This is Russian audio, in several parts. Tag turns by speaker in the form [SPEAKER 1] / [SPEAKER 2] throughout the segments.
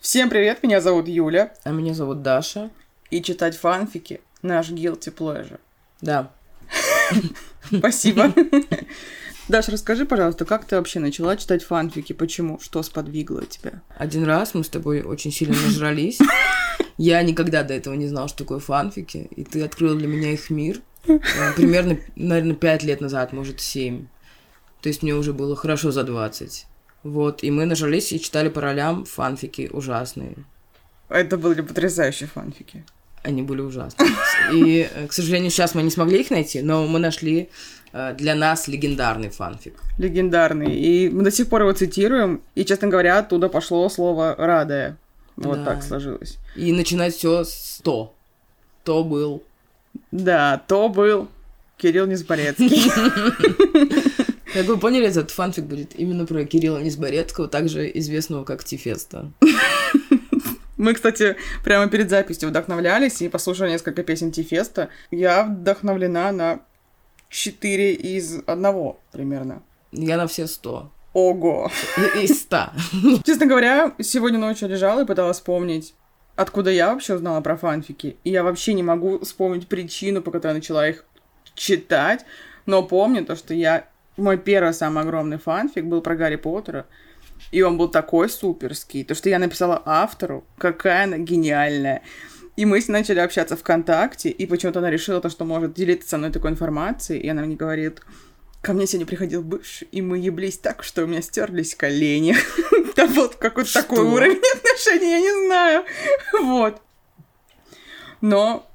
[SPEAKER 1] Всем привет, меня зовут Юля,
[SPEAKER 2] А меня зовут Даша.
[SPEAKER 1] и читать фанфики — наш guilty pleasure.
[SPEAKER 2] Да.
[SPEAKER 1] Спасибо. Даша, расскажи, пожалуйста, как ты вообще начала читать фанфики? Почему? Что сподвигло тебя?
[SPEAKER 2] Один раз мы с тобой очень сильно нажрались. Я никогда до этого не знала, что такое фанфики. И ты открыл для меня их мир. э, Примерно, наверное, пять лет назад, может, семь. То есть мне уже было хорошо за 20. Вот, и мы нажрались и читали по ролям фанфики ужасные.
[SPEAKER 1] Это были потрясающие фанфики.
[SPEAKER 2] Они были ужасные. И, э, к сожалению, сейчас мы не смогли их найти, но мы нашли э, для нас легендарный фанфик.
[SPEAKER 1] Легендарные. И мы до сих пор его цитируем. И, честно говоря, оттуда пошло слово «радая». Вот
[SPEAKER 2] Да.
[SPEAKER 1] так сложилось.
[SPEAKER 2] И начинать все с то. То был
[SPEAKER 1] Да, то был Кирилл Незборецкий.
[SPEAKER 2] Как вы поняли, этот фанфик будет именно про Кирилла Низборецкого, также известного как Тифеста.
[SPEAKER 1] Мы, кстати, прямо перед записью вдохновлялись и послушали несколько песен Тифеста. Я вдохновлена на четыре из одного примерно.
[SPEAKER 2] Я на все сто.
[SPEAKER 1] Ого!
[SPEAKER 2] Из ста.
[SPEAKER 1] Честно говоря, сегодня ночью лежала и пыталась вспомнить, откуда я вообще узнала про фанфики. И я вообще не могу вспомнить причину, по которой я начала их читать. Но помню то, что я... Мой первый самый огромный фанфик был про Гарри Поттера. И он был такой суперский. То, что я написала автору, какая она гениальная. И мы с ней начали общаться ВКонтакте, и почему-то она решила то, что может делиться со мной такой информацией, и она мне говорит, ко мне сегодня приходил бывший, и мы еблись так, что у меня стерлись колени. Да вот какой-то
[SPEAKER 2] Что?
[SPEAKER 1] такой уровень отношений, я не знаю. Вот. Но,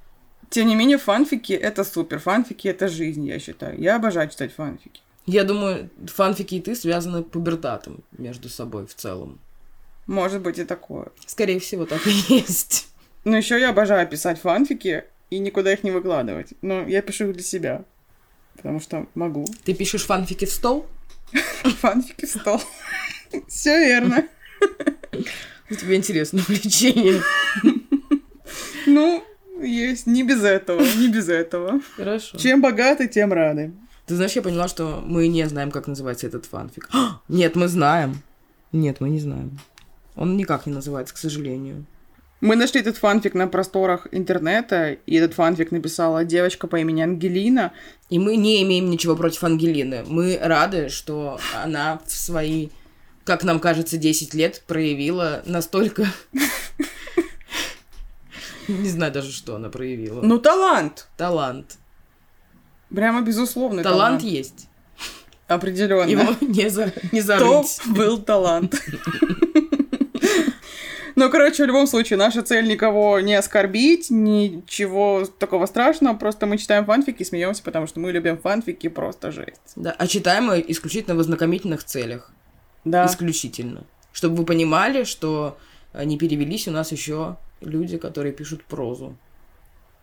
[SPEAKER 1] тем не менее, фанфики — это супер. Фанфики — это жизнь, я считаю. Я обожаю читать фанфики.
[SPEAKER 2] Я думаю, фанфики и ты связаны пубертатом между собой в целом.
[SPEAKER 1] Может быть и такое.
[SPEAKER 2] Скорее всего, так и есть.
[SPEAKER 1] Но еще я обожаю писать фанфики и никуда их не выкладывать. Но я пишу их для себя. Потому что могу.
[SPEAKER 2] Ты пишешь фанфики в стол?
[SPEAKER 1] Фанфики в стол. Все верно.
[SPEAKER 2] У тебя интересное увлечение.
[SPEAKER 1] Ну, есть. Не без этого. Не без этого.
[SPEAKER 2] Хорошо.
[SPEAKER 1] Чем богаты, тем рады.
[SPEAKER 2] Ты знаешь, я поняла, что мы не знаем, как называется этот фанфик. А, Нет, мы знаем. Нет, мы не знаем. Он никак не называется, к сожалению.
[SPEAKER 1] Мы нашли этот фанфик на просторах интернета, и этот фанфик написала девочка по имени Ангелина.
[SPEAKER 2] И мы не имеем ничего против Ангелины. Мы рады, что она в свои, как нам кажется, 10 лет проявила настолько... Не знаю даже, что она проявила.
[SPEAKER 1] Ну, талант!
[SPEAKER 2] Талант.
[SPEAKER 1] Прямо безусловно.
[SPEAKER 2] Талант есть.
[SPEAKER 1] Определенно.
[SPEAKER 2] Его не за- не
[SPEAKER 1] То
[SPEAKER 2] зарыть.
[SPEAKER 1] был талант. Ну, короче, в любом случае, наша цель никого не оскорбить, ничего такого страшного, просто мы читаем фанфики и смеемся, потому что мы любим фанфики, просто жесть.
[SPEAKER 2] Да, а читаем мы исключительно в ознакомительных целях.
[SPEAKER 1] Да.
[SPEAKER 2] Исключительно. Чтобы вы понимали, что э, не перевелись у нас еще люди, которые пишут прозу.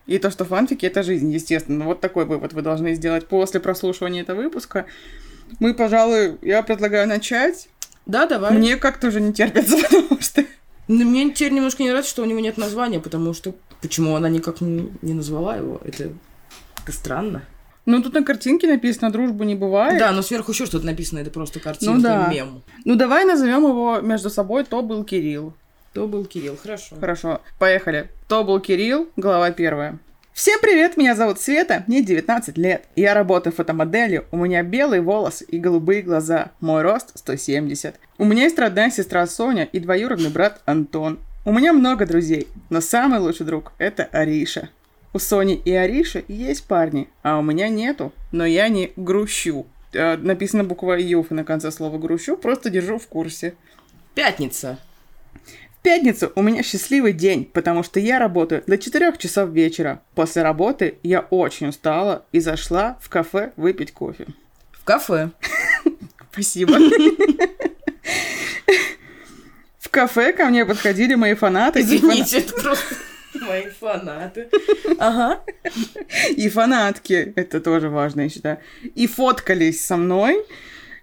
[SPEAKER 1] И то, что фанфики — это жизнь, естественно. Ну, Вот такой вывод вы должны сделать после прослушивания этого выпуска. Мы, пожалуй, я предлагаю начать.
[SPEAKER 2] Да, давай.
[SPEAKER 1] Мне как-то уже не терпится, потому что...
[SPEAKER 2] Ну, мне теперь немножко не нравится, что у него нет названия, потому что почему она никак не, не назвала его? Это, это странно.
[SPEAKER 1] Ну, тут на картинке написано «Дружбы не бывает».
[SPEAKER 2] Да, но сверху еще что-то написано, это просто картинка,
[SPEAKER 1] А Ну да.
[SPEAKER 2] мем.
[SPEAKER 1] Ну, давай назовем его между собой «То был Кирилл».
[SPEAKER 2] То был Кирилл, хорошо.
[SPEAKER 1] Хорошо, поехали. То был Кирилл, глава первая. Всем привет, меня зовут Света, мне 19 лет. Я работаю фотомоделью, у меня белый волос и голубые глаза. Мой рост 170. У меня есть родная сестра Соня и двоюродный брат Антон. У меня много друзей, но самый лучший друг – это Ариша. У Сони и Ариши есть парни, а у меня нету, но я не грущу. Э, Написано буква «юф» и на конце слова «грущу», просто держу в курсе.
[SPEAKER 2] Пятница.
[SPEAKER 1] В пятницу у меня счастливый день, потому что я работаю до 4 часов вечера. После работы я очень устала и зашла в кафе выпить кофе.
[SPEAKER 2] В кафе.
[SPEAKER 1] Спасибо. В кафе ко мне подходили мои фанаты. и
[SPEAKER 2] Извините, это просто мои фанаты. Ага.
[SPEAKER 1] и фанатки, это тоже важно, я считаю, и фоткались со мной,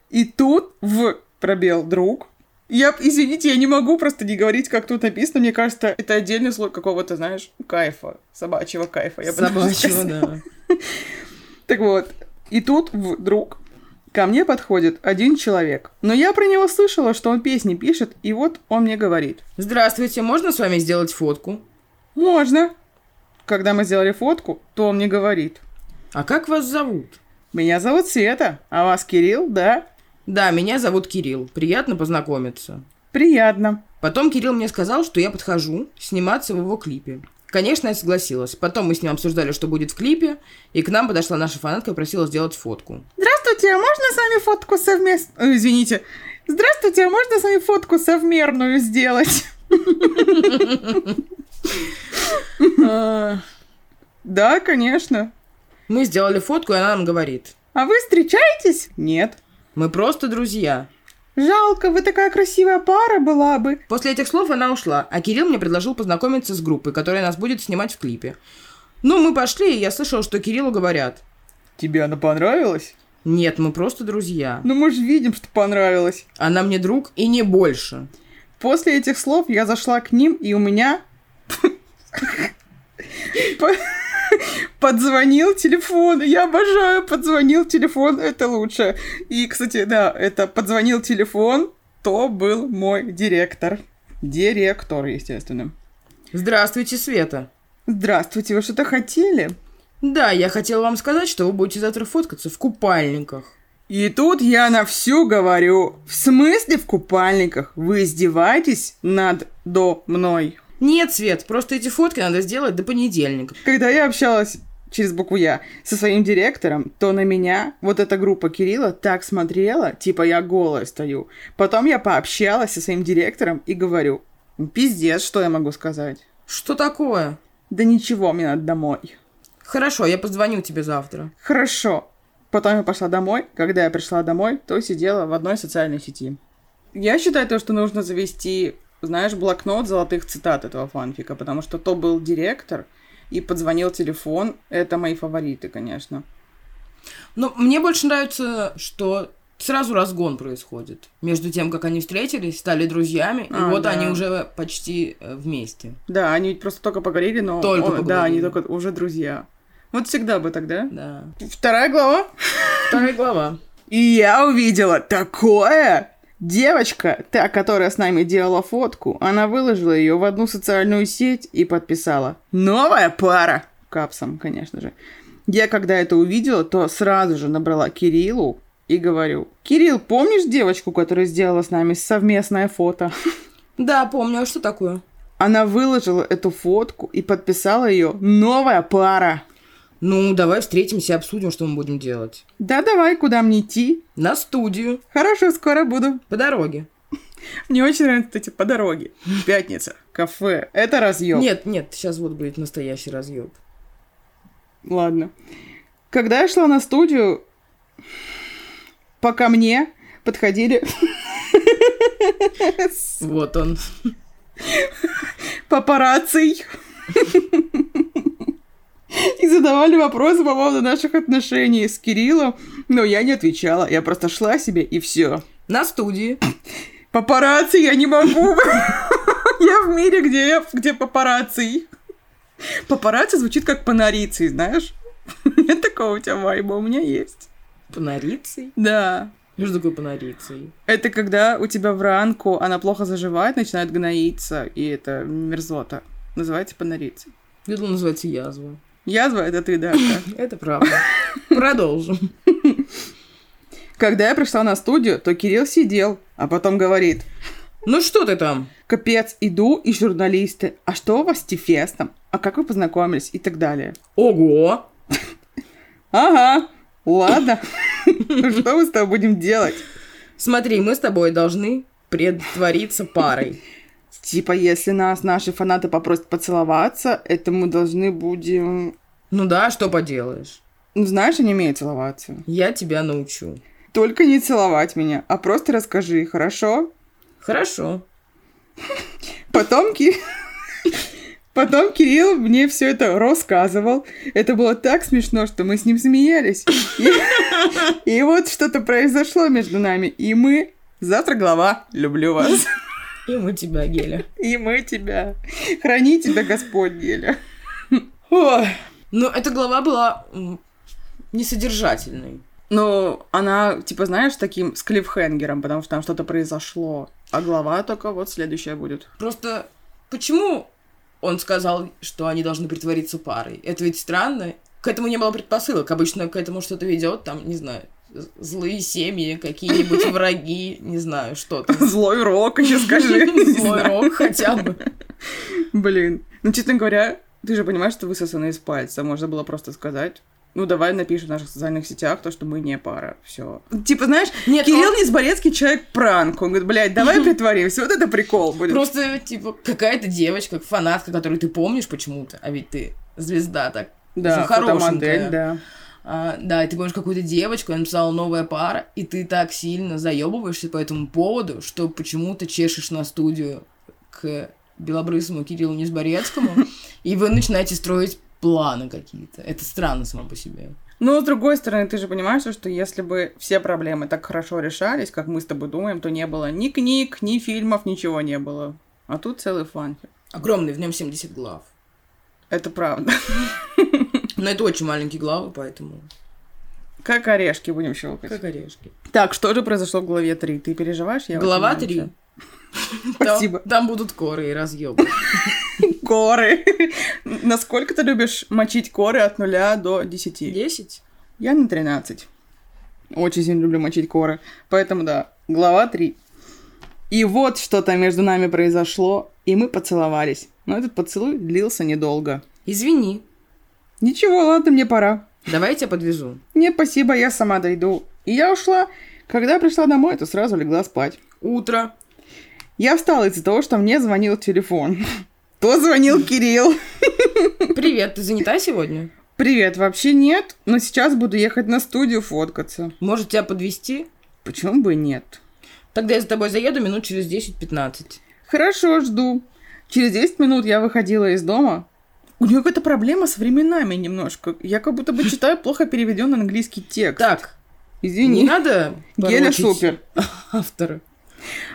[SPEAKER 1] и тут в пробел друг. Я, извините, я не могу просто не говорить, как тут написано. Мне кажется, это отдельный слой какого-то, знаешь, кайфа, собачьего кайфа. Я бы даже
[SPEAKER 2] Собачьего,
[SPEAKER 1] сказала.
[SPEAKER 2] да.
[SPEAKER 1] Так вот, и тут вдруг Ко мне подходит один человек. Но я про него слышала, что он песни пишет, и вот он мне говорит.
[SPEAKER 2] Здравствуйте, можно с вами сделать фотку?
[SPEAKER 1] Можно. Когда мы сделали фотку, то он мне говорит.
[SPEAKER 2] А как вас зовут?
[SPEAKER 1] Меня зовут Света, а вас Кирилл, да?
[SPEAKER 2] Да, меня зовут Кирилл. Приятно познакомиться.
[SPEAKER 1] Приятно.
[SPEAKER 2] Потом Кирилл мне сказал, что я подхожу сниматься в его клипе. Конечно, я согласилась. Потом мы с ним обсуждали, что будет в клипе, и к нам подошла наша фанатка и просила сделать фотку.
[SPEAKER 1] Здравствуйте, а можно с вами фотку совместную? Извините. Здравствуйте, а можно с вами фотку совмерную сделать?
[SPEAKER 2] А,
[SPEAKER 1] Да, конечно.
[SPEAKER 2] Мы сделали фотку, и она нам говорит.
[SPEAKER 1] А вы встречаетесь? Нет.
[SPEAKER 2] Мы просто друзья.
[SPEAKER 1] Жалко, вы такая красивая пара была бы.
[SPEAKER 2] После этих слов она ушла, а Кирилл мне предложил познакомиться с группой, которая нас будет снимать в клипе. Ну, мы пошли, и я слышала, что Кириллу говорят.
[SPEAKER 1] Тебе она понравилась?
[SPEAKER 2] Нет, мы просто друзья.
[SPEAKER 1] Ну мы же видим, что понравилось.
[SPEAKER 2] Она мне друг и не больше.
[SPEAKER 1] После этих слов я зашла к ним, и у меня по- подзвонил телефон. Я обожаю, подзвонил телефон, это лучше. И, кстати, да, это подзвонил телефон, то был мой директор. Директор, естественно.
[SPEAKER 2] Здравствуйте, Света.
[SPEAKER 1] Здравствуйте, вы что-то хотели?
[SPEAKER 2] Да, я хотела вам сказать, что вы будете завтра фоткаться в купальниках.
[SPEAKER 1] И тут я на всю говорю. В смысле в купальниках? Вы издеваетесь над до мной?
[SPEAKER 2] Нет, Свет, просто эти фотки надо сделать до понедельника.
[SPEAKER 1] Когда я общалась через букву «Я» со своим директором, то на меня вот эта группа Кирилла так смотрела, типа я голая стою. Потом я пообщалась со своим директором и говорю, «Ну, пиздец, что я могу сказать?
[SPEAKER 2] Что такое?
[SPEAKER 1] Да ничего, мне надо домой.
[SPEAKER 2] Хорошо, я позвоню тебе завтра.
[SPEAKER 1] Хорошо. Потом я пошла домой. Когда я пришла домой, то сидела в одной социальной сети. Я считаю то, что нужно завести, знаешь, блокнот золотых цитат этого фанфика, потому что то был директор, и подзвонил телефон. Это мои фавориты, конечно.
[SPEAKER 2] Но мне больше нравится, что сразу разгон происходит. Между тем, как они встретились, стали друзьями,
[SPEAKER 1] А,
[SPEAKER 2] и вот
[SPEAKER 1] да.
[SPEAKER 2] они уже почти э, вместе.
[SPEAKER 1] Да, они ведь просто только поговорили, но...
[SPEAKER 2] Только
[SPEAKER 1] о, Да,
[SPEAKER 2] поговорили.
[SPEAKER 1] они только уже друзья. Вот всегда бы тогда.
[SPEAKER 2] Да.
[SPEAKER 1] Вторая глава.
[SPEAKER 2] Вторая глава.
[SPEAKER 1] И я увидела такое! Девочка, та, которая с нами делала фотку, она выложила ее в одну социальную сеть и подписала «Новая пара!» Капсом, конечно же. Я, когда это увидела, то сразу же набрала Кириллу и говорю «Кирилл, помнишь девочку, которая сделала с нами совместное фото?»
[SPEAKER 2] Да, помню, а что такое?
[SPEAKER 1] Она выложила эту фотку и подписала ее «Новая пара!»
[SPEAKER 2] Ну, давай встретимся и обсудим, что мы будем делать.
[SPEAKER 1] «Да давай, куда мне идти?»
[SPEAKER 2] На студию,
[SPEAKER 1] «Хорошо, скоро буду».
[SPEAKER 2] по дороге.
[SPEAKER 1] Мне очень нравится, кстати, по дороге. Пятница, кафе. Это разъем.
[SPEAKER 2] Нет, нет, сейчас вот будет настоящий разъеб.
[SPEAKER 1] Ладно. Когда я шла на студию, пока мне подходили...
[SPEAKER 2] Вот он.
[SPEAKER 1] папараций. И задавали вопросы по поводу наших отношений с Кириллом, но я не отвечала. Я просто шла себе, и все.
[SPEAKER 2] На студии.
[SPEAKER 1] Папарацци я не могу. Я в мире, где, я- где папарацци. Папарацци звучит как панарицей, знаешь? Нет такого у тебя вайба, у меня есть.
[SPEAKER 2] Панарицей.
[SPEAKER 1] Да.
[SPEAKER 2] Что такое панарицей?
[SPEAKER 1] Это когда у тебя в ранку она плохо заживает, начинает гноиться, и это мерзота. Называется панарицей.
[SPEAKER 2] Это называется язва.
[SPEAKER 1] Язва — это ты, да, да.
[SPEAKER 2] Это правда. Продолжим.
[SPEAKER 1] Когда я пришла на студию, то Кирилл сидел, а потом говорит,
[SPEAKER 2] Ну что ты там?
[SPEAKER 1] капец, иду, и журналисты, а что у вас с Тефестом? А как вы познакомились? И так далее.
[SPEAKER 2] Ого!
[SPEAKER 1] Ага, ладно. Что мы с тобой будем делать?
[SPEAKER 2] Смотри, мы с тобой должны предтвориться парой.
[SPEAKER 1] Типа, если нас наши фанаты попросят поцеловаться, это мы должны будем...
[SPEAKER 2] Ну да, что поделаешь.
[SPEAKER 1] Ну, знаешь, я не умею целоваться.
[SPEAKER 2] Я тебя научу.
[SPEAKER 1] Только не целовать меня, а просто расскажи, хорошо?
[SPEAKER 2] Хорошо.
[SPEAKER 1] Потом Ки- Потом Кирилл мне все это рассказывал. Это было так смешно, что мы с ним смеялись. И, и вот что-то произошло между нами. И мы... Завтра глава. Люблю вас.
[SPEAKER 2] И мы тебя, Геля.
[SPEAKER 1] И мы тебя. Храни тебя, Господь, Геля.
[SPEAKER 2] Ой. Ну, эта глава была м, несодержательной.
[SPEAKER 1] Ну, она, типа, знаешь, таким с клиффхенгером, потому что там что-то произошло. А глава только вот следующая будет.
[SPEAKER 2] Просто почему он сказал, что они должны притвориться парой? Это ведь странно. К этому не было предпосылок. Обычно к этому что-то ведет, там, не знаю, з- злые семьи, какие-нибудь враги, не знаю, что-то.
[SPEAKER 1] Злой рок, еще скажи. Не
[SPEAKER 2] Злой
[SPEAKER 1] знаю.
[SPEAKER 2] рок хотя бы.
[SPEAKER 1] Блин. Ну, честно говоря, ты же понимаешь, что высосано из пальца. Можно было просто сказать. Ну, давай напишем в наших социальных сетях то, что мы не пара. Все. Типа, знаешь,
[SPEAKER 2] Нет,
[SPEAKER 1] Кирилл Низборецкий человек пранк. Он говорит, блядь, давай притворимся. Вот это прикол
[SPEAKER 2] он
[SPEAKER 1] будет.
[SPEAKER 2] просто, типа, какая-то девочка, фанатка, которую ты помнишь почему-то, а ведь ты звезда так.
[SPEAKER 1] да,
[SPEAKER 2] очень хорошенькая.
[SPEAKER 1] фотомодель, да.
[SPEAKER 2] А, да, и ты помнишь какую-то девочку, она написала новая пара, и ты так сильно заебываешься по этому поводу, что почему-то чешешь на студию к белобрысому Кириллу Низборецкому, и вы начинаете строить планы какие-то. Это странно само по себе.
[SPEAKER 1] Но, с другой стороны, ты же понимаешь, что если бы все проблемы так хорошо решались, как мы с тобой думаем, то не было ни книг, ни фильмов, ничего не было. А тут целый фанфик.
[SPEAKER 2] Огромный, в нем 70 глав.
[SPEAKER 1] Это правда.
[SPEAKER 2] Но это очень маленькие главы, поэтому...
[SPEAKER 1] Как орешки будем щелкать.
[SPEAKER 2] Как орешки.
[SPEAKER 1] Так, что же произошло в главе 3? Ты переживаешь? Я
[SPEAKER 2] Глава
[SPEAKER 1] очень
[SPEAKER 2] 3.
[SPEAKER 1] маленькая. Спасибо.
[SPEAKER 2] Там, там будут коры и разъебы.
[SPEAKER 1] Коры. Насколько ты любишь мочить коры от нуля до 10?
[SPEAKER 2] 10?
[SPEAKER 1] Я на 13. Очень сильно люблю мочить коры. Поэтому да, глава 3. И вот что-то между нами произошло, и мы поцеловались. Но этот поцелуй длился недолго.
[SPEAKER 2] Извини.
[SPEAKER 1] Ничего, ладно, мне пора.
[SPEAKER 2] Давай я тебя подвезу.
[SPEAKER 1] Не, спасибо, я сама дойду. И я ушла. Когда пришла домой, то сразу легла спать.
[SPEAKER 2] Утро.
[SPEAKER 1] Я встала из-за того, что мне звонил телефон. То звонил Кирилл.
[SPEAKER 2] Привет, ты занята сегодня?
[SPEAKER 1] Привет, вообще нет, но сейчас буду ехать на студию фоткаться.
[SPEAKER 2] Может, тебя подвести?
[SPEAKER 1] Почему бы и нет?
[SPEAKER 2] Тогда я за тобой заеду минут через 10-15.
[SPEAKER 1] Хорошо, жду. Через 10 минут я выходила из дома. У нее какая-то проблема с временами немножко. Я как будто бы читаю плохо переведенный английский текст.
[SPEAKER 2] Так, не
[SPEAKER 1] Извини.
[SPEAKER 2] надо
[SPEAKER 1] Геля
[SPEAKER 2] порочить
[SPEAKER 1] супер.
[SPEAKER 2] автора.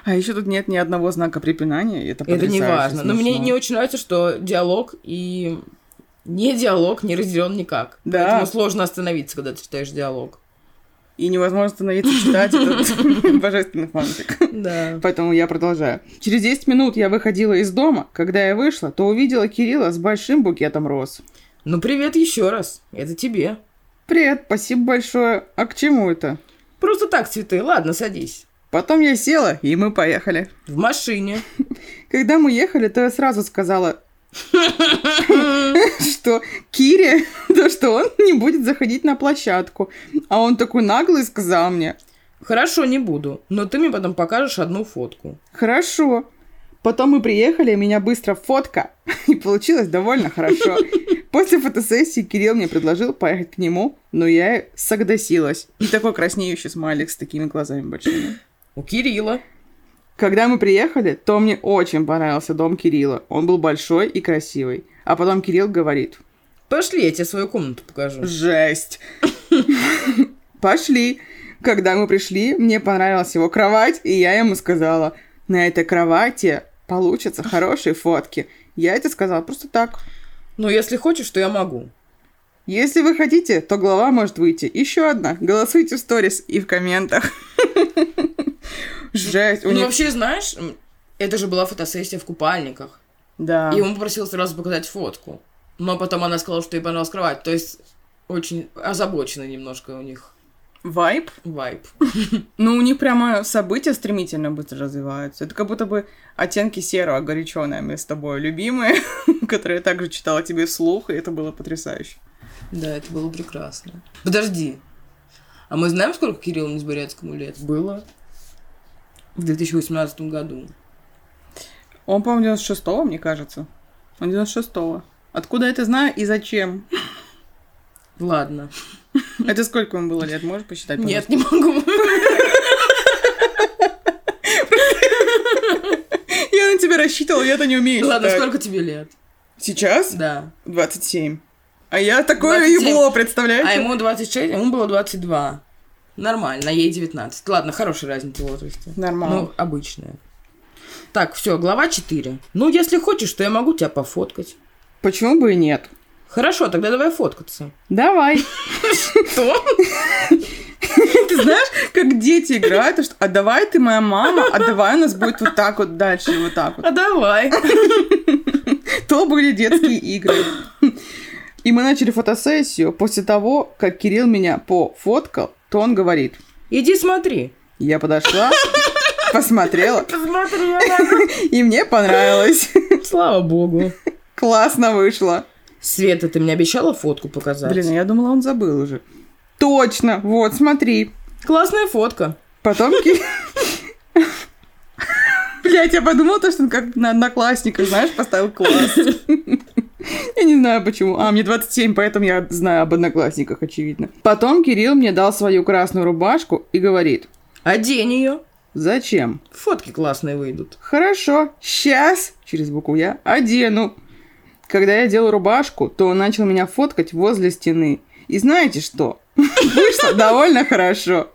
[SPEAKER 1] А еще тут нет ни одного знака препинания. и Это,
[SPEAKER 2] Это не
[SPEAKER 1] потрясающе
[SPEAKER 2] важно. Но мне
[SPEAKER 1] смешно.
[SPEAKER 2] не очень нравится, что диалог и не диалог не разделен никак.
[SPEAKER 1] Да.
[SPEAKER 2] Поэтому сложно остановиться, когда ты читаешь диалог.
[SPEAKER 1] И невозможно становиться читать этот божественный фанфик.
[SPEAKER 2] Да.
[SPEAKER 1] Поэтому я продолжаю. Через 10 минут я выходила из дома. Когда я вышла, то увидела Кирилла с большим букетом роз.
[SPEAKER 2] Ну, привет еще раз. Это тебе.
[SPEAKER 1] Привет, спасибо большое. А к чему это?
[SPEAKER 2] Просто так цветы. Ладно, садись.
[SPEAKER 1] Потом я села, и мы поехали.
[SPEAKER 2] В машине.
[SPEAKER 1] Когда мы ехали, то я сразу сказала, что Кире, то что он не будет заходить на площадку. А он такой наглый сказал мне,
[SPEAKER 2] Хорошо, не буду. Но ты мне потом покажешь одну фотку.
[SPEAKER 1] хорошо. Потом мы приехали, меня быстро фотка, и получилось довольно хорошо. После фотосессии Кирилл мне предложил поехать к нему, но я согласилась. И такой краснеющий смайлик с такими глазами большими.
[SPEAKER 2] У Кирилла.
[SPEAKER 1] Когда мы приехали, то мне очень понравился дом Кирилла. Он был большой и красивый. А потом Кирилл говорит.
[SPEAKER 2] Пошли, я тебе свою комнату покажу.
[SPEAKER 1] Жесть. Пошли. Когда мы пришли, мне понравилась его кровать, и я ему сказала, на этой кровати получатся хорошие фотки. Я это сказала просто так.
[SPEAKER 2] Ну, если хочешь, то я могу.
[SPEAKER 1] Если вы хотите, то глава может выйти. Еще одна. Голосуйте в сторис и в комментах. Жесть. У
[SPEAKER 2] ну,
[SPEAKER 1] них...
[SPEAKER 2] вообще, знаешь, м, это же была фотосессия в купальниках.
[SPEAKER 1] Да.
[SPEAKER 2] И он попросил сразу показать фотку. Но потом она сказала, что ей понравилась кровать. То есть, очень озабоченный немножко у них
[SPEAKER 1] Вайп
[SPEAKER 2] вайб.
[SPEAKER 1] Ну, у них прямо события стремительно быстро развиваются. Это как будто бы оттенки серого, огореченными с тобой любимые, которые я также читала тебе вслух, и это было потрясающе.
[SPEAKER 2] Да, это было прекрасно. Подожди. А мы знаем, сколько Кириллу Низборецкому лет было? В 2018 году.
[SPEAKER 1] Он, по-моему, 96-го, мне кажется. Он 96-го. Откуда я это знаю и зачем?
[SPEAKER 2] Ладно.
[SPEAKER 1] Это сколько ему было лет? Можешь посчитать?
[SPEAKER 2] Нет, не могу.
[SPEAKER 1] пожалуйста? Я на тебя рассчитывала, я-то не умею
[SPEAKER 2] Ладно,
[SPEAKER 1] считать.
[SPEAKER 2] сколько тебе лет?
[SPEAKER 1] Сейчас?
[SPEAKER 2] Да.
[SPEAKER 1] 27. А я такое
[SPEAKER 2] 27.
[SPEAKER 1] ебло, представляете?
[SPEAKER 2] А ему 26, а ему было 22. Нормально, а ей 19. Ладно, хорошая разница в возрасте.
[SPEAKER 1] Нормально.
[SPEAKER 2] Ну, обычная. Так, все, глава 4. Ну, если хочешь, то я могу тебя пофоткать.
[SPEAKER 1] Почему бы и нет?
[SPEAKER 2] Хорошо, тогда давай фоткаться.
[SPEAKER 1] Давай.
[SPEAKER 2] Что?
[SPEAKER 1] Ты знаешь, как дети играют, а что, а давай ты моя мама, а давай у нас будет вот так вот дальше, и вот так вот.
[SPEAKER 2] А давай.
[SPEAKER 1] То были детские игры. И мы начали фотосессию. После того, как Кирилл меня пофоткал, то он говорит.
[SPEAKER 2] Иди смотри.
[SPEAKER 1] Я подошла, посмотрела,
[SPEAKER 2] Посмотри,
[SPEAKER 1] и мне понравилось.
[SPEAKER 2] Слава богу.
[SPEAKER 1] Классно вышло.
[SPEAKER 2] Света, ты мне обещала фотку показать?
[SPEAKER 1] Блин, а я думала, он забыл уже. Точно, вот, смотри.
[SPEAKER 2] Классная фотка.
[SPEAKER 1] Потом Ки- Блять, я подумала, то, что он как на одноклассниках, знаешь, поставил класс. Я не знаю почему. А, мне 27, поэтому я знаю об одноклассниках, очевидно. Потом Кирилл мне дал свою красную рубашку и говорит,
[SPEAKER 2] Одень ее.
[SPEAKER 1] зачем?
[SPEAKER 2] Фотки классные выйдут.
[SPEAKER 1] Хорошо, сейчас, через букву я, одену. Когда я делал рубашку, то он начал меня фоткать возле стены. И знаете что? Вышло довольно хорошо.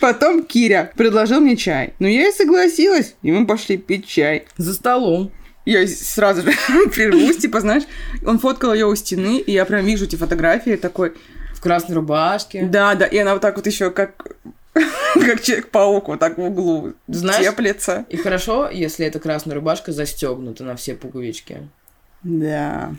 [SPEAKER 1] Потом Киря предложил мне чай. Но я и согласилась, и мы пошли пить чай.
[SPEAKER 2] За столом.
[SPEAKER 1] Я с- сразу же прервусь, типа, знаешь, он фоткал ее у стены, и я прям вижу эти фотографии, такой,
[SPEAKER 2] В красной рубашке.
[SPEAKER 1] да, да, и она вот так вот еще как как человек-паук вот так в углу
[SPEAKER 2] Знаешь-
[SPEAKER 1] теплится.
[SPEAKER 2] И хорошо, если эта красная рубашка застегнута на все пуговички.
[SPEAKER 1] Да.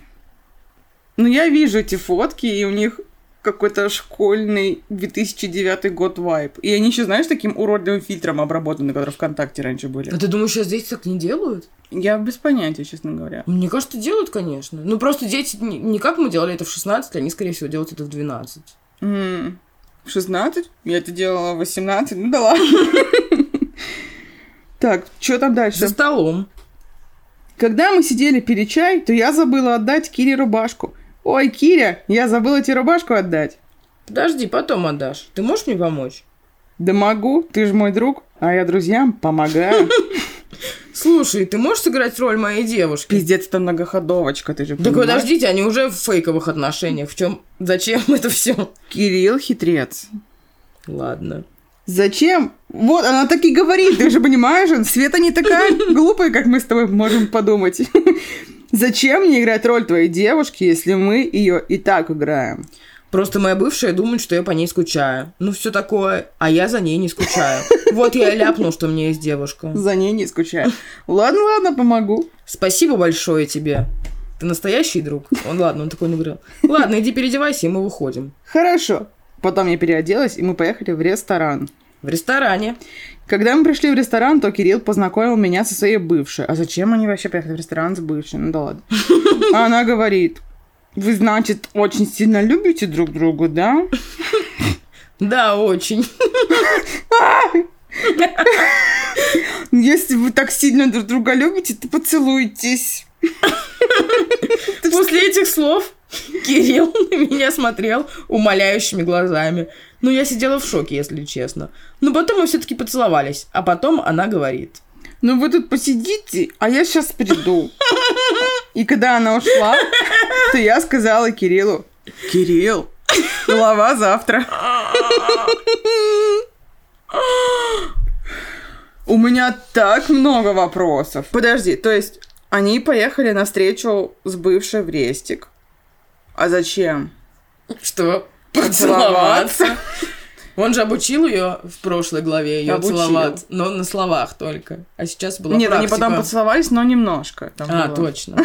[SPEAKER 1] Ну, я вижу эти фотки, и у них какой-то школьный 2009 год вайп. И они еще, знаешь, таким уродливым фильтром обработаны, которые ВКонтакте раньше были.
[SPEAKER 2] А ты думаешь, сейчас дети так не делают?
[SPEAKER 1] Я без понятия, честно говоря.
[SPEAKER 2] Мне кажется, делают, конечно. Ну, просто дети не не как мы делали это в 16, они, скорее всего, делают это в 12.
[SPEAKER 1] М, В 16? Я это делала в 18? Ну да ладно. Так, что там
[SPEAKER 2] За
[SPEAKER 1] дальше?
[SPEAKER 2] столом.
[SPEAKER 1] Когда мы сидели пили чай, то я забыла отдать Кире рубашку. Ой, Киря, я забыла тебе рубашку отдать.
[SPEAKER 2] Подожди, потом отдашь. Ты можешь мне помочь?
[SPEAKER 1] Да могу, ты же мой друг, а я друзьям помогаю.
[SPEAKER 2] Слушай, ты можешь сыграть роль моей девушки?
[SPEAKER 1] Пиздец, это многоходовочка, ты же
[SPEAKER 2] Так
[SPEAKER 1] понимаешь?
[SPEAKER 2] подождите, они уже в фейковых отношениях. В чем? Зачем это все?
[SPEAKER 1] Кирилл хитрец.
[SPEAKER 2] Ладно.
[SPEAKER 1] Зачем? Вот, она так и говорит, ты же понимаешь, Света не такая глупая, как мы с тобой можем подумать. Зачем мне играть роль твоей девушки, если мы ее и так играем?
[SPEAKER 2] Просто моя бывшая думает, что я по ней скучаю. Ну, все такое. А я за ней не скучаю. Вот я и ляпнул, что у меня есть девушка.
[SPEAKER 1] За ней не скучаю. Ладно, ладно, помогу.
[SPEAKER 2] Спасибо большое тебе. Ты настоящий друг. Он, ладно, он такой нагрел. Ладно, иди переодевайся, и мы выходим.
[SPEAKER 1] Хорошо. Потом я переоделась, и мы поехали в ресторан.
[SPEAKER 2] В ресторане.
[SPEAKER 1] Когда мы пришли в ресторан, то Кирилл познакомил меня со своей бывшей. А зачем они вообще поехали в ресторан с бывшей? Ну да ладно. А Она говорит, вы, значит, очень сильно любите друг друга, да?
[SPEAKER 2] Да, очень.
[SPEAKER 1] Если вы так сильно друг друга любите, то поцелуйтесь.
[SPEAKER 2] После этих слов Кирилл на меня смотрел умоляющими глазами. Ну, я сидела в шоке, если честно. Но потом мы все-таки поцеловались. А потом она говорит.
[SPEAKER 1] Ну вы тут посидите, а я сейчас приду. И когда она ушла, то я сказала Кириллу, Кирилл, голова завтра. У меня так много вопросов. Подожди, то есть они поехали на встречу с бывшей в Рестик. А зачем?
[SPEAKER 2] Что?
[SPEAKER 1] Поцеловаться?
[SPEAKER 2] Поцеловаться? Он же обучил ее в прошлой главе ее
[SPEAKER 1] Обучил.
[SPEAKER 2] целовать, но на словах только. А сейчас была
[SPEAKER 1] Нет, они
[SPEAKER 2] практика.
[SPEAKER 1] потом поцеловались, но немножко. Там
[SPEAKER 2] А,
[SPEAKER 1] было.
[SPEAKER 2] точно.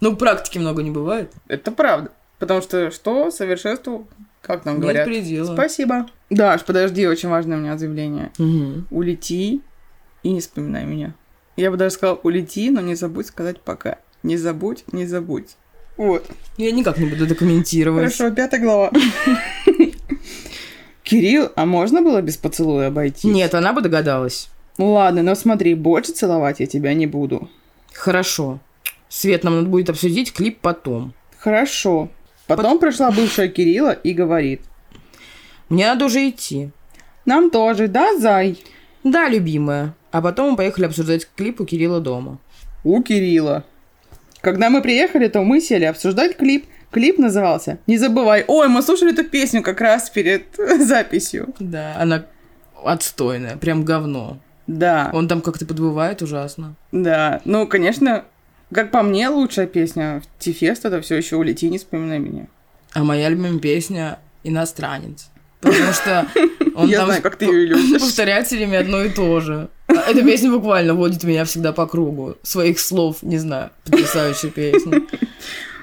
[SPEAKER 2] Ну, практики много не бывает.
[SPEAKER 1] Это правда. Потому что что совершенству, как нам
[SPEAKER 2] Нет
[SPEAKER 1] говорят,
[SPEAKER 2] предела.
[SPEAKER 1] Спасибо. Даш, подожди, очень важное у меня заявление.
[SPEAKER 2] Мгм.
[SPEAKER 1] Улети и не вспоминай меня. Я бы даже сказала, улети, но не забудь сказать пока. Не забудь, не забудь. Вот.
[SPEAKER 2] Я никак не буду докомментировать.
[SPEAKER 1] Хорошо, пятая глава. Кирилл, а можно было без поцелуя обойтись? Ну
[SPEAKER 2] Нет, она бы догадалась.
[SPEAKER 1] Ладно, но смотри, больше целовать я тебя не буду.
[SPEAKER 2] Хорошо. Свет, нам надо будет обсудить клип потом.
[SPEAKER 1] Хорошо. Потом пришла бывшая Кирилла и говорит.
[SPEAKER 2] Мне надо уже идти.
[SPEAKER 1] Нам тоже, да, зай?
[SPEAKER 2] Да, любимая. А потом мы поехали обсуждать клип у Кирилла дома.
[SPEAKER 1] у Кирилла. Когда мы приехали, то мы сели обсуждать клип. Клип назывался «Не забывай». Ой, мы слушали эту песню как раз перед записью.
[SPEAKER 2] Да. Она отстойная, прям говно.
[SPEAKER 1] Да,
[SPEAKER 2] Он там как-то подбывает ужасно.
[SPEAKER 1] да. Ну, конечно, как по мне, лучшая песня в Тифест это все еще «Улети, не вспоминай меня».
[SPEAKER 2] А моя любимая песня «Иностранец». Потому что он
[SPEAKER 1] Я
[SPEAKER 2] там
[SPEAKER 1] знаю, как ты ее любишь.
[SPEAKER 2] повторяет все время одно и то же. А Эта песня буквально водит меня всегда по кругу. Своих слов, не знаю. Потрясающая песня.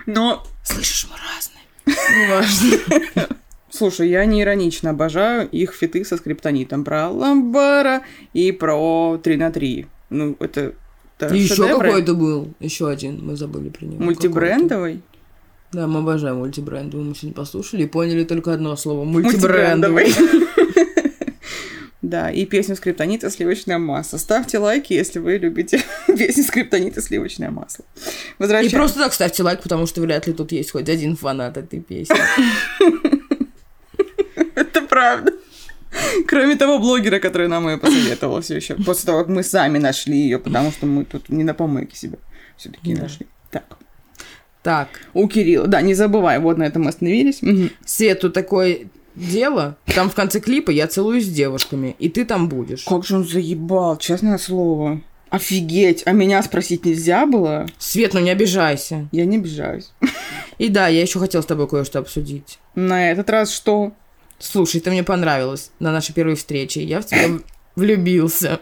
[SPEAKER 1] Но,
[SPEAKER 2] Слышишь, мы разные. Неважно.
[SPEAKER 1] слушай, я не иронично обожаю их фиты со скриптонитом про Ламбара и про 3 на 3. Ну, это... это
[SPEAKER 2] И еще
[SPEAKER 1] шедевры.
[SPEAKER 2] какой-то был. Еще один. Мы забыли про него. Какой-то.
[SPEAKER 1] Мультибрендовый?
[SPEAKER 2] Да, мы обожаем мультибрендовый. Мы сегодня послушали и поняли только одно слово.
[SPEAKER 1] Мультибрендовый.
[SPEAKER 2] Мультибрендовый.
[SPEAKER 1] Да, и песню скриптонита «Сливочное масло». Ставьте лайки, если вы любите песню скриптонита «Сливочное масло».
[SPEAKER 2] И
[SPEAKER 1] Возвращаемся.
[SPEAKER 2] просто так ставьте лайк, потому что вряд ли тут есть хоть один фанат этой песни.
[SPEAKER 1] Это правда. Кроме того блогера, который нам ее посоветовал все еще. После того, как мы сами нашли ее, потому что мы тут не на помойке себя все-таки
[SPEAKER 2] Да.
[SPEAKER 1] нашли. Так.
[SPEAKER 2] Так,
[SPEAKER 1] У Кирилла. Да, не забывай, вот на этом мы остановились. Мгм.
[SPEAKER 2] Свет, тут такое дело. Там в конце клипа я целуюсь с девушками, и ты там будешь.
[SPEAKER 1] Как же он заебал, честное слово. Офигеть, а меня спросить нельзя было?
[SPEAKER 2] Свет, ну не обижайся.
[SPEAKER 1] Я не обижаюсь.
[SPEAKER 2] И да, я еще хотела с тобой кое-что обсудить.
[SPEAKER 1] На этот раз что?
[SPEAKER 2] Слушай, ты мне понравилась на нашей первой встрече. Я в тебя влюбился.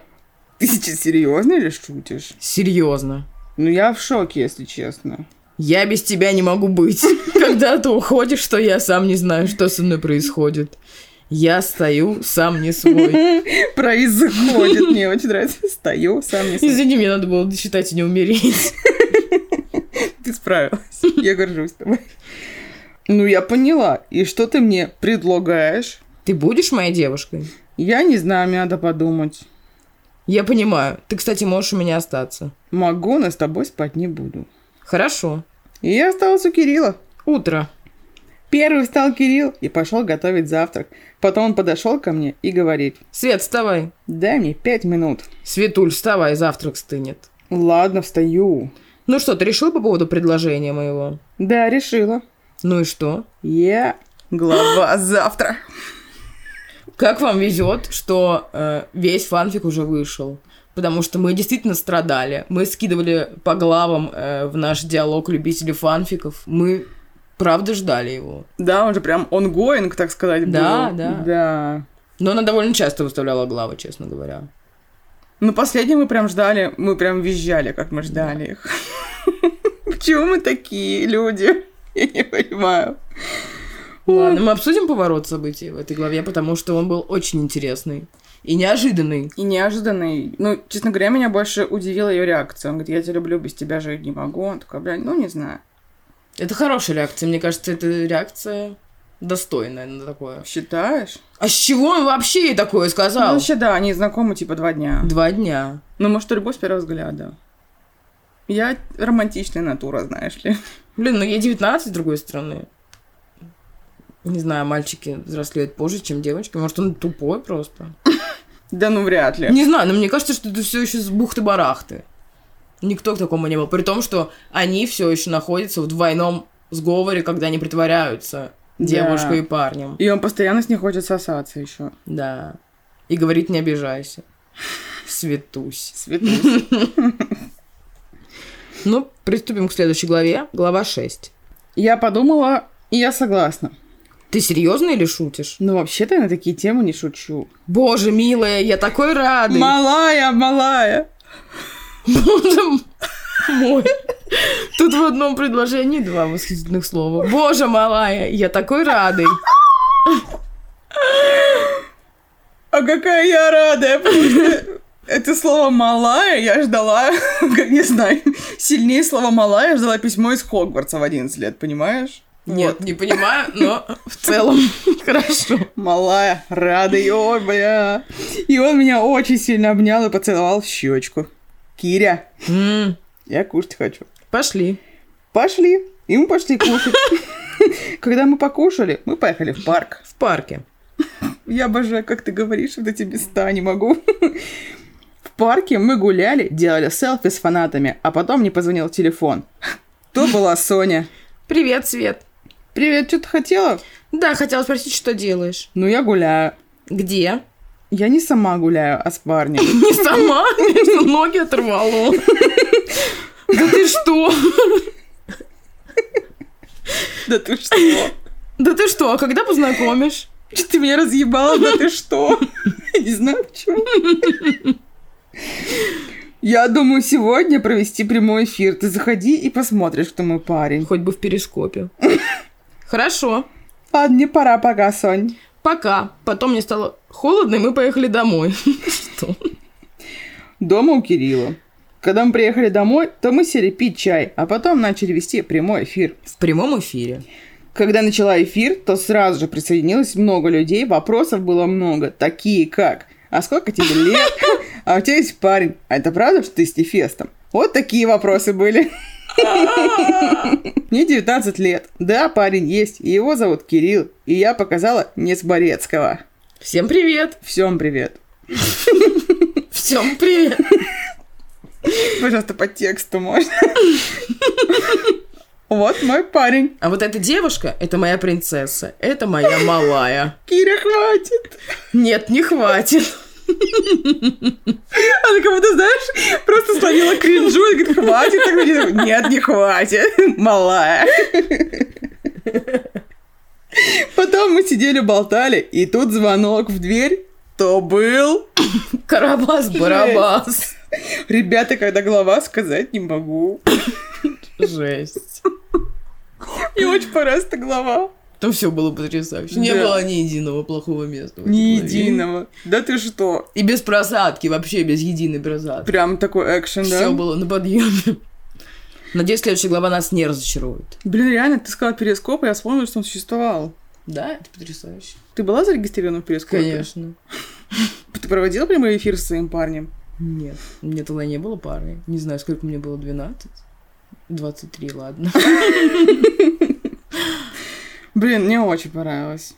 [SPEAKER 1] Ты сейчас серьезно или шутишь?
[SPEAKER 2] Серьезно.
[SPEAKER 1] Ну, я в шоке, если честно.
[SPEAKER 2] Я без тебя не могу быть. Когда ты уходишь, что я сам не знаю, что со мной происходит. Я стою сам не свой.
[SPEAKER 1] Происходит. Мне очень нравится. Стою, сам не сам.
[SPEAKER 2] Извини, мне надо было считать и не умереть.
[SPEAKER 1] Ты справилась. Я горжусь тобой. Ну, я поняла. И что ты мне предлагаешь?
[SPEAKER 2] Ты будешь моей девушкой?
[SPEAKER 1] Я не знаю, мне надо подумать.
[SPEAKER 2] Я понимаю. Ты, кстати, можешь у меня остаться.
[SPEAKER 1] Могу, но с тобой спать не буду.
[SPEAKER 2] Хорошо.
[SPEAKER 1] И я осталась у Кирилла.
[SPEAKER 2] Утро.
[SPEAKER 1] Первый встал Кирилл и пошел готовить завтрак. Потом он подошел ко мне и говорит,
[SPEAKER 2] Свет, вставай.
[SPEAKER 1] дай мне пять минут.
[SPEAKER 2] Светуль, вставай, завтрак стынет.
[SPEAKER 1] Ладно, встаю.
[SPEAKER 2] Ну что, ты решил по поводу предложения моего?
[SPEAKER 1] Да, решила.
[SPEAKER 2] Ну и что?
[SPEAKER 1] Я глава завтра.
[SPEAKER 2] Как вам везет, что э, весь фанфик уже вышел? Потому что мы действительно страдали. Мы скидывали по главам э, в наш диалог любителей фанфиков. Мы правда ждали его.
[SPEAKER 1] Да, он же прям ongoing, так сказать,
[SPEAKER 2] Да,
[SPEAKER 1] был.
[SPEAKER 2] да.
[SPEAKER 1] Да.
[SPEAKER 2] Но она довольно часто выставляла главы, честно говоря.
[SPEAKER 1] Ну, последний мы прям ждали, мы прям визжали, как мы ждали их. Почему мы такие люди? Я не понимаю.
[SPEAKER 2] Ладно, мы обсудим поворот событий в этой главе, потому что он был очень интересный и неожиданный.
[SPEAKER 1] И неожиданный. Ну, честно говоря, меня больше удивила ее реакция. Он говорит, я тебя люблю, без тебя жить не могу. Он такой, блядь, ну, не знаю.
[SPEAKER 2] Это хорошая реакция, мне кажется, это реакция достойная на такое.
[SPEAKER 1] Считаешь?
[SPEAKER 2] А с чего он вообще ей такое
[SPEAKER 1] Ну,
[SPEAKER 2] сказал?
[SPEAKER 1] вообще, да, они знакомы, типа, два дня.
[SPEAKER 2] Два дня.
[SPEAKER 1] Ну, может, любовь с первого взгляда. Я романтичная натура, знаешь ли.
[SPEAKER 2] Блин, ну ей 19, с другой стороны. Не знаю, мальчики взрослеют позже, чем девочки. Может, он тупой просто.
[SPEAKER 1] Да ну, вряд ли.
[SPEAKER 2] Не знаю, но мне кажется, что это все еще с бухты-барахты. Никто к такому не был. При том, что они все еще находятся в двойном сговоре, когда они притворяются
[SPEAKER 1] Да.
[SPEAKER 2] девушкой и парнем.
[SPEAKER 1] И он постоянно с ней хочет сосаться еще.
[SPEAKER 2] Да. И говорит, не обижайся. Светусь.
[SPEAKER 1] Светлый.
[SPEAKER 2] Ну, приступим к следующей главе. Глава 6.
[SPEAKER 1] Я подумала, и я согласна.
[SPEAKER 2] Ты серьезно или шутишь?
[SPEAKER 1] Но вообще-то я на такие темы не шучу.
[SPEAKER 2] Боже, милая, я такой рада.
[SPEAKER 1] Малая, малая.
[SPEAKER 2] Боже мой. Тут в одном предложении два восхитительных слова. Боже, малая, я такой радый.
[SPEAKER 1] А какая я рада, потому что это слово «малая» я ждала, как не знаю, сильнее слова «малая» я ждала письмо из Хогвартса в 11 лет, понимаешь?
[SPEAKER 2] Нет, не понимаю, но в целом хорошо.
[SPEAKER 1] Малая, рада, и ой, бля. И он меня очень сильно обнял и поцеловал в щечку. Киря,
[SPEAKER 2] М,
[SPEAKER 1] я кушать хочу.
[SPEAKER 2] Пошли.
[SPEAKER 1] Пошли. И мы пошли кушать. Когда мы покушали, мы поехали в парк.
[SPEAKER 2] В парке.
[SPEAKER 1] Я обожаю, как ты говоришь, вот эти места, не могу. В парке мы гуляли, делали селфи с фанатами, а потом мне позвонил телефон. То была Соня.
[SPEAKER 2] Привет, Свет.
[SPEAKER 1] Привет, что ты хотела?
[SPEAKER 2] Да, хотела спросить, что делаешь?
[SPEAKER 1] Ну, я гуляю.
[SPEAKER 2] Где?
[SPEAKER 1] Я не сама гуляю, а с парнем.
[SPEAKER 2] Не сама, между ноги оторвало. Да ты что?
[SPEAKER 1] Да ты что?
[SPEAKER 2] Да ты что, а когда познакомишь?
[SPEAKER 1] Что ты меня разъебала, да ты что? Я не знаю почему. Я думаю, сегодня провести прямой эфир. Ты заходи и посмотришь, кто мой парень.
[SPEAKER 2] Хоть бы в перископе. Хорошо.
[SPEAKER 1] Ладно, мне пора пока, Сонь.
[SPEAKER 2] Пока. Потом мне стало холодно, и мы поехали домой. Что?
[SPEAKER 1] Дома у Кирилла. Когда мы приехали домой, то мы сели пить чай, а потом начали вести прямой эфир.
[SPEAKER 2] В прямом эфире.
[SPEAKER 1] Когда начала эфир, то сразу же присоединилось много людей, вопросов было много, такие как «А сколько тебе лет?» «А у тебя есть парень?» «А это правда, что ты с Тефестом?» Вот такие вопросы были. Мне 19 лет. Да, парень есть, и его зовут Кирилл, и я показала Несборецкого.
[SPEAKER 2] Всем привет!
[SPEAKER 1] Всем привет.
[SPEAKER 2] Всем привет!
[SPEAKER 1] Пожалуйста, по тексту можно. Вот мой парень.
[SPEAKER 2] А вот эта девушка, это моя принцесса, это моя малая.
[SPEAKER 1] Киря, хватит.
[SPEAKER 2] Нет, не хватит.
[SPEAKER 1] Она как будто, знаешь, просто словила кринжу и говорит, хватит. Так люди такие, Нет, не хватит, малая. Потом мы сидели, болтали, и тут звонок в дверь. То был...
[SPEAKER 2] Карабас-барабас.
[SPEAKER 1] Ребята, когда глава, сказать не могу.
[SPEAKER 2] Жесть.
[SPEAKER 1] Мне очень понравилась эта глава.
[SPEAKER 2] Там все было потрясающе. Не
[SPEAKER 1] Да.
[SPEAKER 2] было ни единого плохого места. в этой
[SPEAKER 1] Ни
[SPEAKER 2] главе.
[SPEAKER 1] единого. Да ты что?
[SPEAKER 2] И без просадки, вообще без единой просадки.
[SPEAKER 1] Прям такой экшен, да?
[SPEAKER 2] Все было на подъеме. Надеюсь, следующая глава нас не разочарует.
[SPEAKER 1] Блин, реально, ты сказала перископ, и я вспомнила, что он существовал.
[SPEAKER 2] Да, это потрясающе.
[SPEAKER 1] Ты была зарегистрирована в перископе?
[SPEAKER 2] Конечно.
[SPEAKER 1] Ты проводила прямой эфир со своим парнем?
[SPEAKER 2] Нет, мне тогда не было пары. Не знаю, сколько мне было, 12? 23, ладно.
[SPEAKER 1] Блин, мне очень понравилось.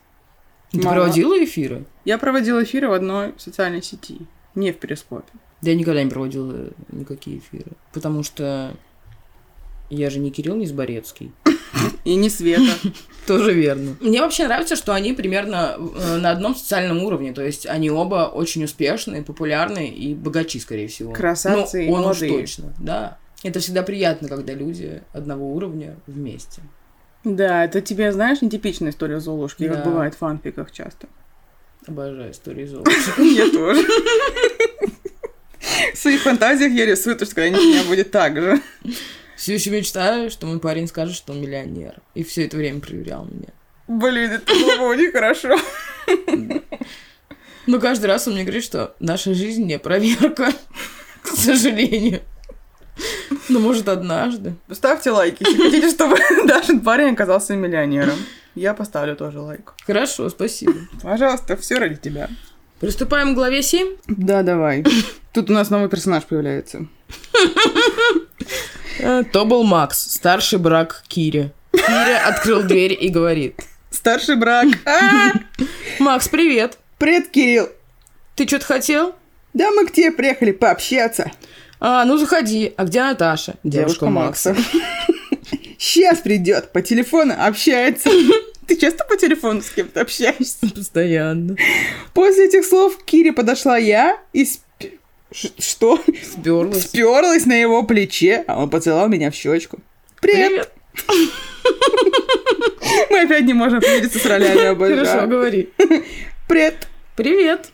[SPEAKER 2] Ты
[SPEAKER 1] Мало.
[SPEAKER 2] проводила эфиры?
[SPEAKER 1] Я проводила эфиры в одной социальной сети, не в перископе.
[SPEAKER 2] Да я никогда не проводила никакие эфиры. Потому что я же не Кирилл Низборецкий.
[SPEAKER 1] И не Света.
[SPEAKER 2] Тоже верно. Мне вообще нравится, что они примерно э, на одном социальном уровне. То есть они оба очень успешные, популярные и богачи, скорее всего.
[SPEAKER 1] Красавцы
[SPEAKER 2] Ну,
[SPEAKER 1] и
[SPEAKER 2] он уж
[SPEAKER 1] молодые.
[SPEAKER 2] точно, да. Это всегда приятно, когда люди одного уровня вместе.
[SPEAKER 1] Да, это тебе, знаешь, нетипичная история Золушки,
[SPEAKER 2] Да.
[SPEAKER 1] как бывает в фанфиках часто.
[SPEAKER 2] Обожаю истории Золушки.
[SPEAKER 1] Я тоже. В своих фантазиях я рисую, то, что когда-нибудь у меня будет так же.
[SPEAKER 2] Все еще мечтаю, что мой парень скажет, что он миллионер. И все это время проверял меня.
[SPEAKER 1] Блин, это было бы нехорошо.
[SPEAKER 2] Но каждый раз он мне говорит, что наша жизнь не проверка. К сожалению. Но может однажды.
[SPEAKER 1] Ставьте лайки, если хотите, чтобы Дашин парень оказался миллионером. Я поставлю тоже лайк.
[SPEAKER 2] Хорошо, спасибо.
[SPEAKER 1] Пожалуйста, все ради тебя.
[SPEAKER 2] Приступаем к главе 7.
[SPEAKER 1] Да, давай. Тут у нас новый персонаж появляется.
[SPEAKER 2] Э, То был Макс, старший брак Кири. Киря открыл дверь и говорит.
[SPEAKER 1] Старший брак. А,
[SPEAKER 2] Макс, привет.
[SPEAKER 1] Привет, Кирилл.
[SPEAKER 2] Ты что-то хотел?
[SPEAKER 1] Да мы к тебе приехали пообщаться.
[SPEAKER 2] А, ну заходи. А где Наташа?
[SPEAKER 1] Сейчас придет, по телефону общается. Ты часто по телефону с кем-то общаешься?
[SPEAKER 2] Постоянно.
[SPEAKER 1] После этих слов к Кире подошла я и сп- Ш- Что?
[SPEAKER 2] Сперлась.
[SPEAKER 1] Сперлась на его плече, а он поцеловал меня в щечку. Привет. Мы опять не можем помириться с ролями, обожаю.
[SPEAKER 2] Хорошо, говори.
[SPEAKER 1] Привет.
[SPEAKER 2] Привет.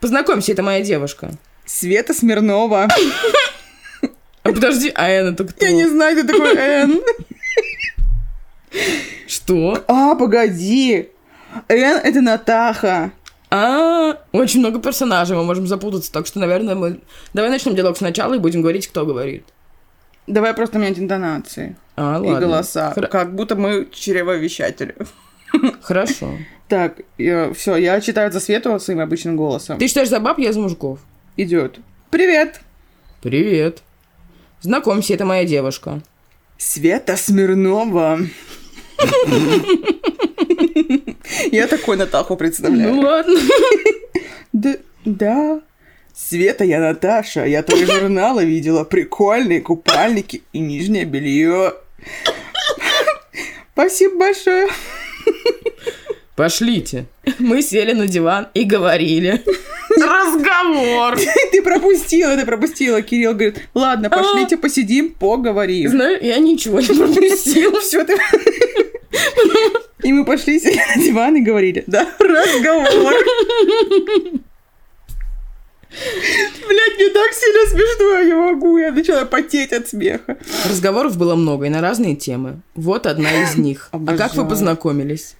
[SPEAKER 2] Познакомься, это моя девушка.
[SPEAKER 1] Света Смирнова.
[SPEAKER 2] А подожди, а это кто?
[SPEAKER 1] Я не знаю, ты такой Н.
[SPEAKER 2] Что?
[SPEAKER 1] А, погоди. Н это Натаха.
[SPEAKER 2] А, очень много персонажей, мы можем запутаться, так что, наверное, мы... Давай начнем диалог сначала и будем говорить, кто говорит.
[SPEAKER 1] Давай просто менять интонации
[SPEAKER 2] А,
[SPEAKER 1] и
[SPEAKER 2] ладно.
[SPEAKER 1] голоса.
[SPEAKER 2] Хра-
[SPEAKER 1] Как будто мы чревовещатели.
[SPEAKER 2] Хорошо.
[SPEAKER 1] Так, все, я читаю за Свету своим обычным голосом.
[SPEAKER 2] Ты считаешь за баб, я за мужиков.
[SPEAKER 1] Идет. Привет.
[SPEAKER 2] Привет. Знакомься, это моя девушка.
[SPEAKER 1] Света Смирнова. Я такой Натаху
[SPEAKER 2] Ну
[SPEAKER 1] представляю.
[SPEAKER 2] ладно.
[SPEAKER 1] Да, да. Света, я Наташа. Я твои журналы видела. Прикольные купальники и нижнее белье. Спасибо большое.
[SPEAKER 2] Пошлите. Мы сели на диван и говорили. Разговор.
[SPEAKER 1] Ты пропустила, ты пропустила. Кирилл говорит, ладно, пошлите посидим, поговорим.
[SPEAKER 2] Знаю, я ничего не пропустила.
[SPEAKER 1] Все, ты... И мы пошли, сели на диван и говорили, да, разговор. Блять, мне так сильно смешно, я не могу, я начала потеть от смеха.
[SPEAKER 2] Разговоров было много и на разные темы. Вот одна из них. А как вы
[SPEAKER 1] Обожаю.
[SPEAKER 2] познакомились?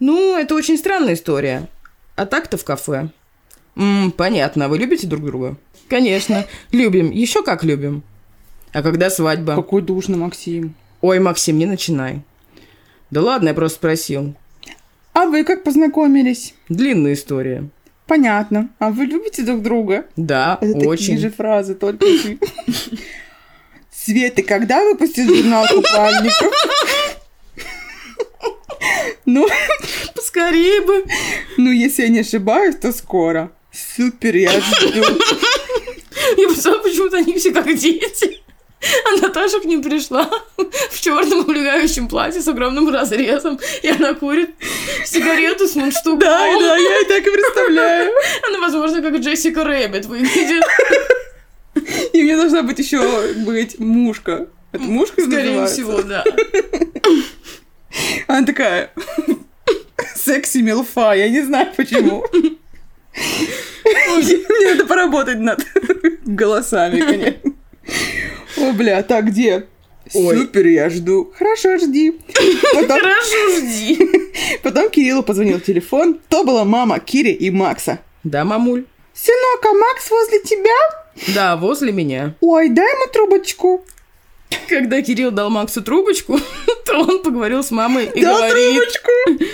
[SPEAKER 2] Ну, это очень странная история. А так-то в кафе. «М, понятно. Вы любите друг друга? Конечно. Любим. Еще как любим. А когда свадьба?
[SPEAKER 1] Какой душный Максим.
[SPEAKER 2] Ой, Максим, не начинай. Да ладно, я просто спросил.
[SPEAKER 1] А вы как познакомились?
[SPEAKER 2] Длинная история.
[SPEAKER 1] Понятно. А вы любите друг друга?
[SPEAKER 2] Да,
[SPEAKER 1] Это
[SPEAKER 2] очень.
[SPEAKER 1] такие же фразы, только ты. Света, когда выпустишь журнал купальников? Ну,
[SPEAKER 2] Поскорее бы.
[SPEAKER 1] ну, если я не ошибаюсь, то скоро. Супер, я жду.
[SPEAKER 3] Я представляю, почему-то они все как дети. А Наташа к ним пришла в черном облегающем платье с огромным разрезом, и она курит сигарету с мундштуком.
[SPEAKER 1] Да, да, я и так и представляю.
[SPEAKER 3] Она, возможно, как Джессика Рэббит выглядит.
[SPEAKER 1] И мне должна быть еще быть мушка. Это мушка
[SPEAKER 3] Скорее
[SPEAKER 1] называется?
[SPEAKER 3] всего, да.
[SPEAKER 1] Она такая... Секси милфа, я не знаю почему. Мне надо поработать над голосами, конечно. О, бля, так где?
[SPEAKER 2] Ой.
[SPEAKER 1] Супер, я жду. Хорошо, жди. Потом,
[SPEAKER 3] Хорошо, жди.
[SPEAKER 1] потом Кириллу позвонил телефон. То была мама Кири и Макса.
[SPEAKER 2] Да, мамуль.
[SPEAKER 1] Сынок, а Макс возле тебя?
[SPEAKER 2] Да, возле меня.
[SPEAKER 1] Ой, дай ему трубочку.
[SPEAKER 2] Когда Кирилл дал Максу трубочку, то он поговорил с мамой и
[SPEAKER 1] Дал
[SPEAKER 2] говорит...
[SPEAKER 1] трубочку.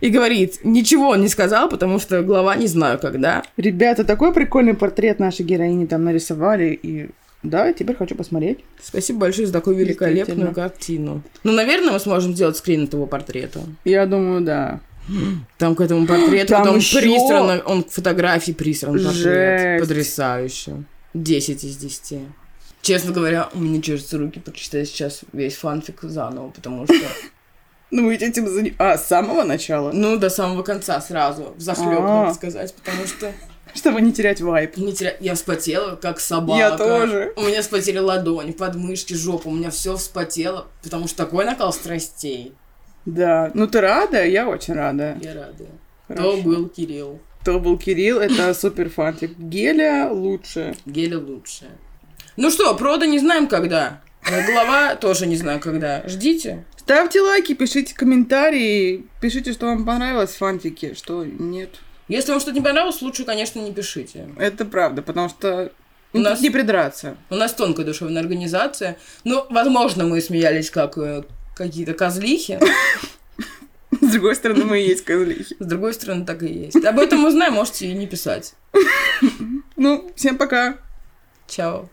[SPEAKER 2] И говорит, ничего он не сказал, потому что глава не знаю когда.
[SPEAKER 1] Ребята, такой прикольный портрет нашей героини там нарисовали. И да, теперь хочу посмотреть.
[SPEAKER 2] Спасибо большое за такую великолепную
[SPEAKER 1] Действительно.
[SPEAKER 2] картину. Ну, наверное, мы сможем сделать скрин этого портрета.
[SPEAKER 1] Я думаю, да.
[SPEAKER 2] Там к этому портрету,
[SPEAKER 1] Там
[SPEAKER 2] там,
[SPEAKER 1] ещё-
[SPEAKER 2] пристран, он к фотографии пристран портрет.
[SPEAKER 1] Жесть.
[SPEAKER 2] Потрясающе. 10 из 10. Честно говоря, у меня чешутся руки прочитать сейчас весь фанфик заново, потому что...
[SPEAKER 1] Ну, мы этим заня- А, с самого начала?
[SPEAKER 2] Ну, до самого конца сразу, захлеб,
[SPEAKER 1] А.
[SPEAKER 2] надо сказать, потому что...
[SPEAKER 1] Чтобы не терять вайп.
[SPEAKER 2] Не теря- Я вспотела, как собака.
[SPEAKER 1] Я тоже.
[SPEAKER 2] У меня вспотели ладони, подмышки, жопа. У меня все вспотело, потому что такой накал страстей.
[SPEAKER 1] Да. Ну, ты рада? Я очень рада.
[SPEAKER 2] Я рада.
[SPEAKER 1] Хорошо.
[SPEAKER 2] То был Кирилл.
[SPEAKER 1] То был Кирилл, это супер фантик. Геля лучше.
[SPEAKER 2] Геля лучше. Ну что, прода не знаем когда. Э, Глава тоже не знаю когда. Ждите.
[SPEAKER 1] Ставьте лайки, пишите комментарии, пишите, что вам понравилось в фантике, что нет.
[SPEAKER 2] Если вам что-то не понравилось, лучше, конечно, не пишите.
[SPEAKER 1] Это правда, потому что
[SPEAKER 2] У
[SPEAKER 1] ну,
[SPEAKER 2] нас-
[SPEAKER 1] тут не придраться.
[SPEAKER 2] У нас тонкая душевная организация. Ну, возможно, мы смеялись как э, какие-то козлихи.
[SPEAKER 1] С другой стороны, мы и есть козлихи.
[SPEAKER 2] С другой стороны, так и есть. Об этом мы знаем, можете и не писать.
[SPEAKER 1] Ну, всем пока.
[SPEAKER 2] Чао.